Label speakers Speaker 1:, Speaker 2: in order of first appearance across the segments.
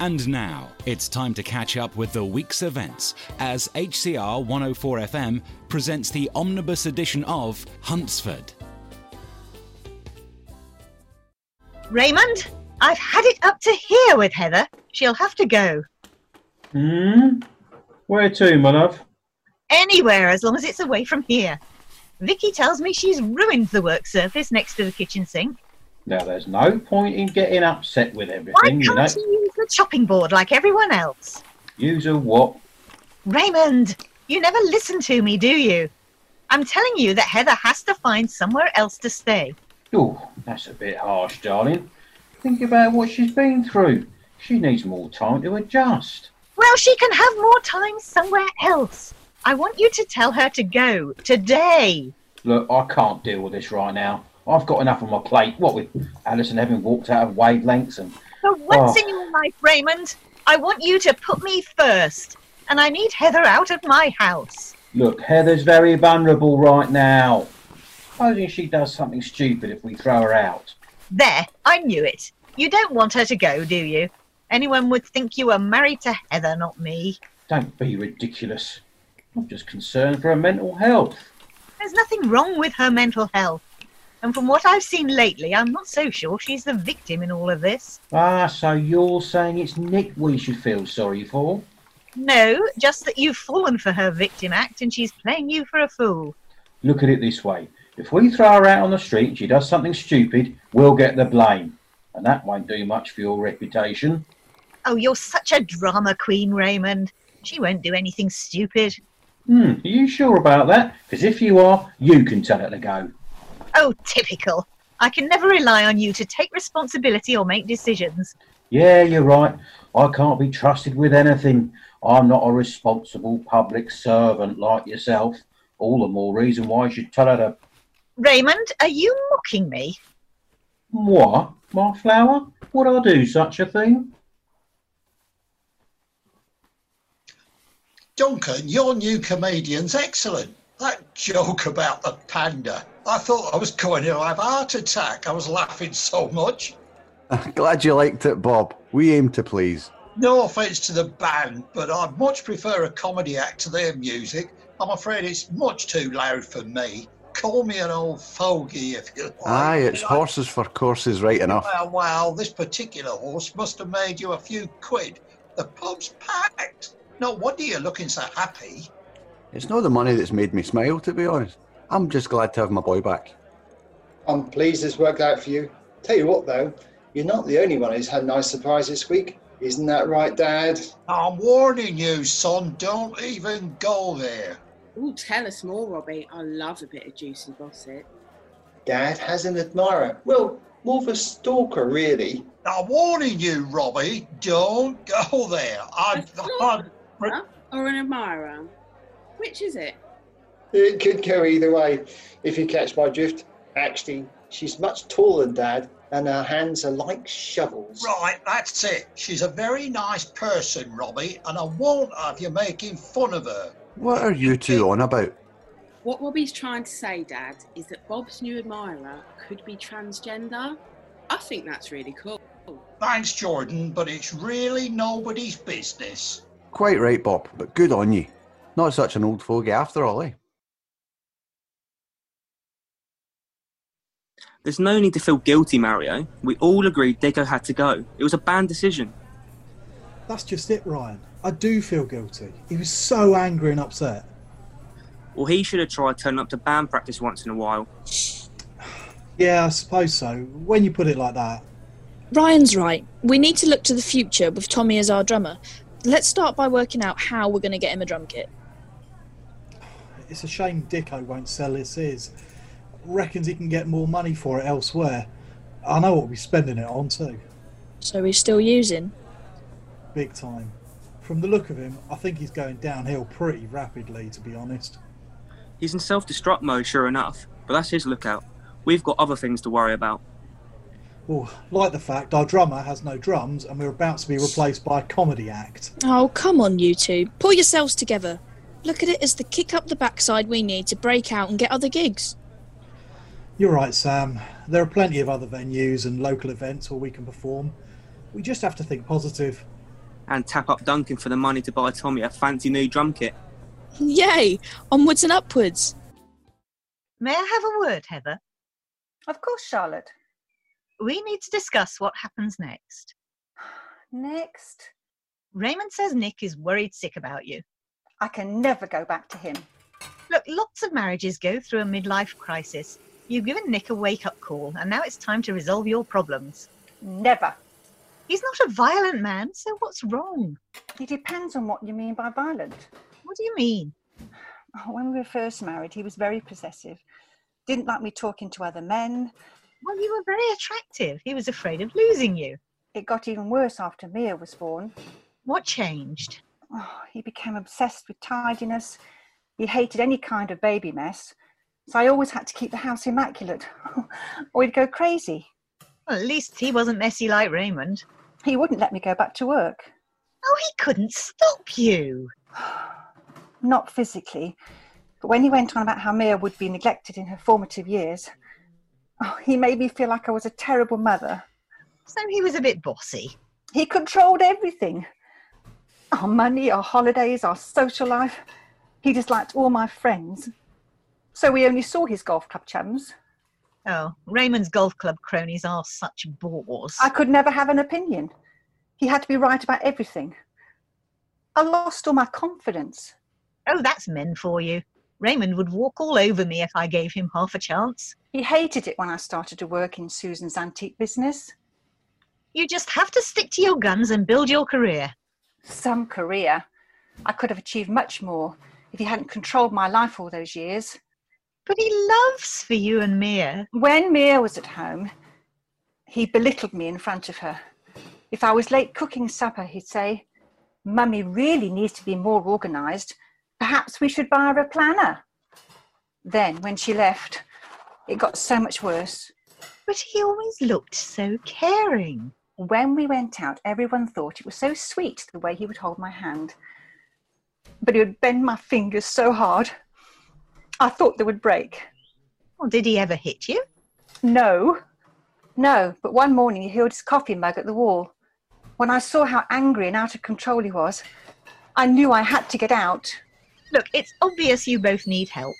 Speaker 1: And now it's time to catch up with the week's events as HCR 104 FM presents the omnibus edition of Huntsford.
Speaker 2: Raymond, I've had it up to here with Heather. She'll have to go.
Speaker 3: Hmm? Where to, my love?
Speaker 2: Anywhere as long as it's away from here. Vicky tells me she's ruined the work surface next to the kitchen sink.
Speaker 3: Now, there's no point in getting upset with
Speaker 2: Why can't
Speaker 3: everything, you know.
Speaker 2: you use the chopping board like everyone else?
Speaker 3: Use a what?
Speaker 2: Raymond, you never listen to me, do you? I'm telling you that Heather has to find somewhere else to stay.
Speaker 3: Oh, that's a bit harsh, darling. Think about what she's been through. She needs more time to adjust.
Speaker 2: Well, she can have more time somewhere else. I want you to tell her to go today.
Speaker 3: Look, I can't deal with this right now. I've got enough on my plate. What with Alice and Evan walked out of wavelengths and
Speaker 2: For once
Speaker 3: Oh.
Speaker 2: in your life, Raymond, I want you to put me first. And I need Heather out of my house.
Speaker 3: Look, Heather's very vulnerable right now. Supposing she does something stupid if we throw her out.
Speaker 2: There, I knew it. You don't want her to go, do you? Anyone would think you were married to Heather, not me.
Speaker 3: Don't be ridiculous. I'm just concerned for her mental health.
Speaker 2: There's nothing wrong with her mental health. And from what I've seen lately, I'm not so sure she's the victim in all of this.
Speaker 3: Ah, so you're saying it's Nick we should feel sorry for?
Speaker 2: No, just that you've fallen for her victim act and she's playing you for a fool.
Speaker 3: Look at it this way. If we throw her out on the street and she does something stupid, we'll get the blame. And that won't do much for your reputation.
Speaker 2: Oh, you're such a drama queen, Raymond. She won't do anything stupid.
Speaker 3: Hmm, are you sure about that? Because if you are, you can tell her to go.
Speaker 2: Oh, typical. I can never rely on you to take responsibility or make decisions.
Speaker 3: Yeah, you're right. I can't be trusted with anything. I'm not a responsible public servant like yourself. All the more reason why you should tell her to.
Speaker 2: Raymond, are you mocking me?
Speaker 3: What? My flower? Would I do such a thing?
Speaker 4: Duncan, your new comedian's excellent. That joke about the panda. I thought I was going to have a heart attack. I was laughing so much.
Speaker 5: Glad you liked it, Bob. We aim to please.
Speaker 4: No offence to the band, but I much prefer a comedy act to their music. I'm afraid it's much too loud for me. Call me an old fogey if you like.
Speaker 5: Aye, it's
Speaker 4: I-
Speaker 5: horses for courses, right enough.
Speaker 4: Well, well, this particular horse must have made you a few quid. The pub's packed. No wonder you're looking so happy.
Speaker 5: It's not the money that's made me smile, to be honest. I'm just glad to have my boy back.
Speaker 6: I'm pleased this worked out for you. Tell you what, though, you're not the only one who's had a nice surprise this week. Isn't that right, Dad?
Speaker 4: I'm warning you, son, don't even go there.
Speaker 7: Ooh, tell us more, Robbie. I love a bit of juicy gossip.
Speaker 6: Dad has an admirer. Well, more of a stalker, really.
Speaker 4: I'm warning you, Robbie, don't go there. I'm, I'm,
Speaker 7: Huh? Or an admirer? Which is it?
Speaker 6: It could go either way, if you catch my drift. Actually, she's much taller than Dad, and her hands are like shovels.
Speaker 4: right, that's it. She's a very nice person, Robbie, and I won't have you making fun of her.
Speaker 5: What are you two on about?
Speaker 7: What Robbie's trying to say, Dad, is that Bob's new admirer could be transgender. I think that's really cool.
Speaker 4: Thanks, Jordan, but it's really nobody's business.
Speaker 5: Quite right, Bob, but good on you. Not such an old fogey after all, eh?
Speaker 8: There's no need to feel guilty, Mario. We all agreed Deco had to go. It was a bad decision.
Speaker 9: That's just it, Ryan. I do feel guilty. He was so angry and upset.
Speaker 8: Well, he should have tried turning up to band practice once in a while.
Speaker 9: Yeah, I suppose so. When you put it like that,
Speaker 10: Ryan's right. We need to look to the future with Tommy as our drummer. Let's start by working out how we're going to get him a drum kit.
Speaker 9: it's a shame Dicko won't sell this his. Reckons he can get more money for it elsewhere. I know what we're spending it on too.
Speaker 10: So he's still using.
Speaker 9: Big time. From the look of him, I think he's going downhill pretty rapidly, to be honest.
Speaker 8: He's in self destruct mode, sure enough, but that's his lookout. We've got other things to worry about.
Speaker 9: Well, like the fact our drummer has no drums and we're about to be replaced by a comedy act.
Speaker 10: Oh, come on, you two. Pull yourselves together. Look at it as the kick up the backside we need to break out and get other gigs.
Speaker 9: You're right, Sam. There are plenty of other venues and local events where we can perform. We just have to think positive.
Speaker 8: and tap up Duncan for the money to buy Tommy a fancy new drum kit.
Speaker 10: Yay! Onwards and upwards.
Speaker 2: May I have a word, Heather?
Speaker 11: Of course, Charlotte.
Speaker 2: We need to discuss what happens next.
Speaker 11: Next.
Speaker 2: Raymond says Nick is worried sick about you.
Speaker 11: I can never go back to him.
Speaker 2: Look, lots of marriages go through a midlife crisis. You've given Nick a wake up call, and now it's time to resolve your problems.
Speaker 11: Never.
Speaker 2: He's not a violent man, so what's wrong?
Speaker 11: It depends on what you mean by violent. Oh,
Speaker 2: What do you mean?
Speaker 11: When we were first married, he was very possessive. Didn't like me talking to other men.
Speaker 2: Well, you were very attractive. He was afraid of losing you.
Speaker 11: It got even worse after Mia was born.
Speaker 2: What changed?
Speaker 11: Oh, he became obsessed with tidiness. He hated any kind of baby mess. So I always had to keep the house immaculate, or he'd go crazy.
Speaker 2: Well, at least he wasn't messy like Raymond.
Speaker 11: He wouldn't let me go back to work.
Speaker 2: Oh, he couldn't stop you.
Speaker 11: Not physically, but when he went on about how Mia would be neglected in her formative years, oh, he made me feel like I was a terrible mother.
Speaker 2: So he was a bit bossy.
Speaker 11: He controlled everything our money, our holidays, our social life. He disliked all my friends. So we only saw his golf club chums.
Speaker 2: Oh, Raymond's golf club cronies are such bores.
Speaker 11: I could never have an opinion. He had to be right about everything. I lost all my confidence.
Speaker 2: Oh, that's men for you. Raymond would walk all over me if I gave him half a chance.
Speaker 11: He hated it when I started to work in Susan's antique business.
Speaker 2: You just have to stick to your guns and build your career.
Speaker 11: Some career. I could have achieved much more if he hadn't controlled my life all those years.
Speaker 2: But he loves for you and Mia.
Speaker 11: When Mia was at home, he belittled me in front of her. If I was late cooking supper, he'd say, Mummy really needs to be more organised. Perhaps we should buy her a planner. Then, when she left, it got so much worse.
Speaker 2: But he always looked so caring.
Speaker 11: When we went out, everyone thought it was so sweet the way he would hold my hand. But he would bend my fingers so hard. I thought they would break.
Speaker 2: Well, did he ever hit you?
Speaker 11: No, no, but one morning he hurled his coffee mug at the wall. When I saw how angry and out of control he was, I knew I had to get out.
Speaker 2: Look, it's obvious you both need help.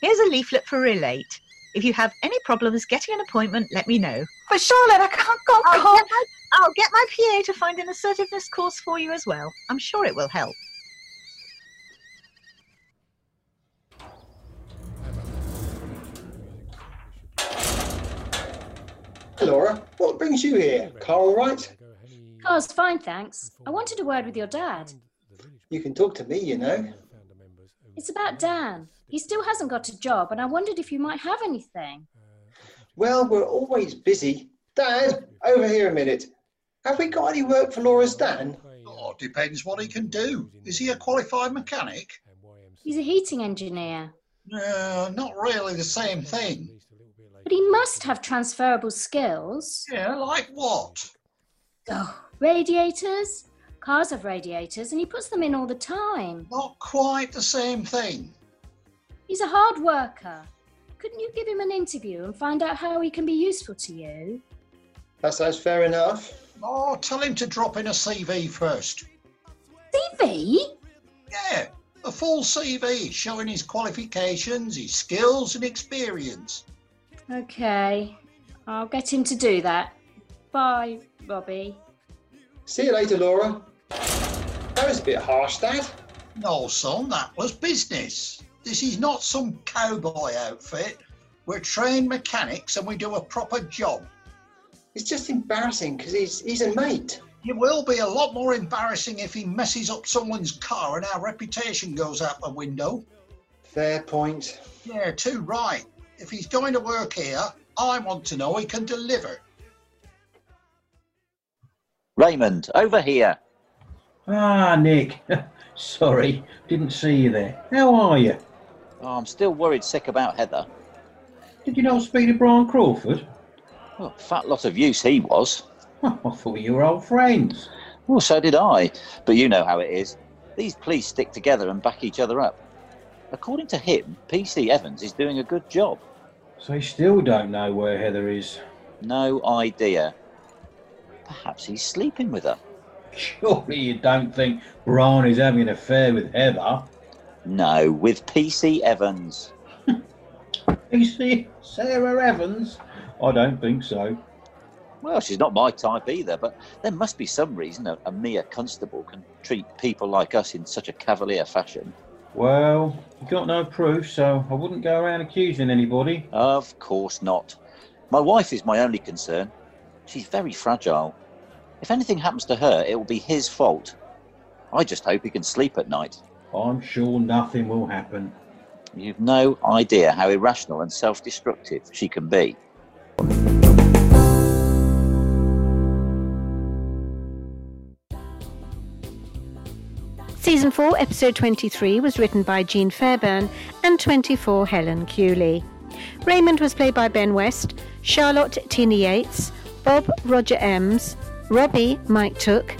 Speaker 2: Here's a leaflet for Relate. If you have any problems getting an appointment, let me know.
Speaker 11: But Charlotte, I can't go.
Speaker 2: I'll,
Speaker 11: can't.
Speaker 2: Get my, I'll get my PA to find an assertiveness course for you as well. I'm sure it will help.
Speaker 6: Hey, Laura, what brings you here? Car all right?
Speaker 12: Car's fine, thanks. I wanted a word with your dad.
Speaker 6: You can talk to me, you know.
Speaker 12: It's about Dan. He still hasn't got a job, and I wondered if you might have anything.
Speaker 6: Well, we're always busy. Dad, over here a minute. Have we got any work for Laura's Dan?
Speaker 4: Oh, depends what he can do. Is he a qualified mechanic?
Speaker 12: He's a heating engineer,
Speaker 4: No, not really the same thing.
Speaker 12: but he must have transferable skills.
Speaker 4: Yeah, like what?
Speaker 12: Oh, radiators? Cars have radiators, and he puts them in all the time.
Speaker 4: Not quite the same thing.
Speaker 12: He's a hard worker. Couldn't you give him an interview and find out how he can be useful to you?
Speaker 6: That sounds fair enough.
Speaker 4: Oh, tell him to drop in a CV first.
Speaker 12: CV?
Speaker 4: Yeah, a full CV showing his qualifications, his skills, and experience.
Speaker 12: Okay, I'll get him to do that. Bye, Robbie.
Speaker 6: See you later, Laura. That was a bit harsh, Dad.
Speaker 4: No, son, that was business. This is not some cowboy outfit. We're trained mechanics and we do a proper job.
Speaker 6: It's just embarrassing because he's, he's a mate.
Speaker 4: It will be a lot more embarrassing if he messes up someone's car and our reputation goes out the window.
Speaker 6: Fair point.
Speaker 4: Yeah, too right. If he's going to work here, I want to know he can deliver.
Speaker 13: Raymond, over here.
Speaker 3: Ah, Nick. Sorry, didn't see you there. How are you?
Speaker 13: Oh, I'm still worried sick about Heather.
Speaker 3: Did you not speak to Brian Crawford?
Speaker 13: Oh, fat lot of use he was.
Speaker 3: I thought you were old friends.
Speaker 13: Well, so did I. But you know how it is. These police stick together and back each other up. According to him, PC Evans is doing a good job.
Speaker 3: So you still don't know where Heather is.
Speaker 13: No idea. Perhaps he's sleeping with her.
Speaker 3: Surely you don't think Brian is having an affair with Heather.
Speaker 4: No, with PC Evans.
Speaker 3: PC Sarah Evans? I don't think so.
Speaker 4: Well, she's not my type either, but there must be some reason a, a mere constable can treat people like us in such a cavalier fashion.
Speaker 3: Well, you got no proof, so I wouldn't go around accusing anybody.
Speaker 4: Of course not. My wife is my only concern. She's very fragile. If anything happens to her, it will be his fault. I just hope he can sleep at night.
Speaker 3: I'm sure nothing will happen.
Speaker 4: You've no idea how irrational and self destructive she can be.
Speaker 11: Season 4, Episode 23 was written by Jean Fairburn and 24 Helen Cooley. Raymond was played by Ben West, Charlotte Tina Yates, Bob Roger Ems, Robbie Mike Took,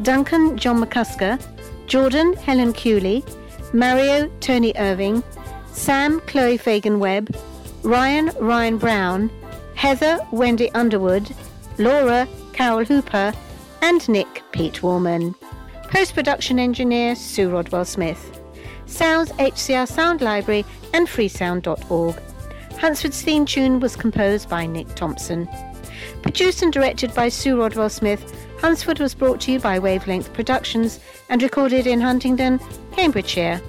Speaker 11: Duncan John McCusker, Jordan Helen Cooley, Mario Tony Irving, Sam Chloe Fagan Webb, Ryan Ryan Brown, Heather Wendy Underwood, Laura Carol Hooper, and Nick Pete Warman. Post production engineer Sue Rodwell Smith. Sounds HCR Sound Library and freesound.org. Hansford's theme tune was composed by Nick Thompson. Produced and directed by Sue Rodwell Smith, Hansford was brought to you by Wavelength Productions and recorded in Huntingdon, Cambridgeshire,